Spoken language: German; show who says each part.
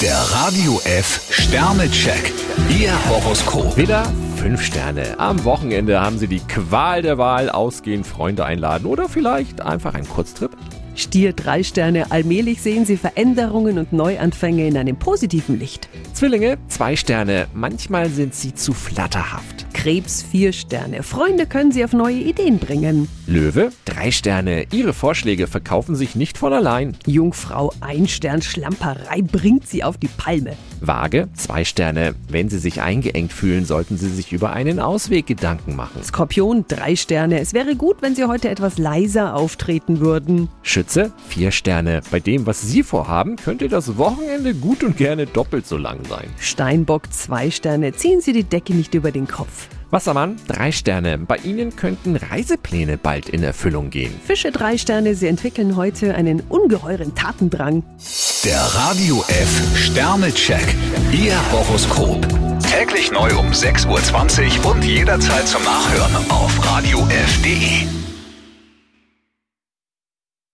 Speaker 1: Der Radio F Sternecheck. Ihr Horoskop.
Speaker 2: Widder, fünf Sterne. Am Wochenende haben Sie die Qual der Wahl, ausgehen, Freunde einladen oder vielleicht einfach einen Kurztrip.
Speaker 3: Stier drei Sterne, allmählich sehen Sie Veränderungen und Neuanfänge in einem positiven Licht.
Speaker 2: Zwillinge, zwei Sterne. Manchmal sind Sie zu flatterhaft.
Speaker 3: Krebs vier Sterne, Freunde können Sie auf neue Ideen bringen.
Speaker 2: Löwe, drei Sterne. Ihre Vorschläge verkaufen sich nicht von allein.
Speaker 3: Jungfrau ein Stern, Schlamperei bringt Sie auf die Palme.
Speaker 2: Waage, zwei Sterne. Wenn Sie sich eingeengt fühlen, sollten Sie sich über einen Ausweg Gedanken machen.
Speaker 3: Skorpion drei Sterne, es wäre gut, wenn Sie heute etwas leiser auftreten würden.
Speaker 2: Schütze, vier Sterne. Bei dem, was Sie vorhaben, könnte das Wochenende gut und gerne doppelt so lang sein.
Speaker 3: Steinbock zwei Sterne, ziehen Sie die Decke nicht über den Kopf.
Speaker 2: Wassermann, drei Sterne. Bei Ihnen könnten Reisepläne bald in Erfüllung gehen.
Speaker 3: Fische drei Sterne, Sie entwickeln heute einen ungeheuren Tatendrang.
Speaker 1: Der Radio F Sternecheck. Ihr Horoskop. Täglich neu um 6.20 Uhr und jederzeit zum Nachhören auf Radio radiof.de.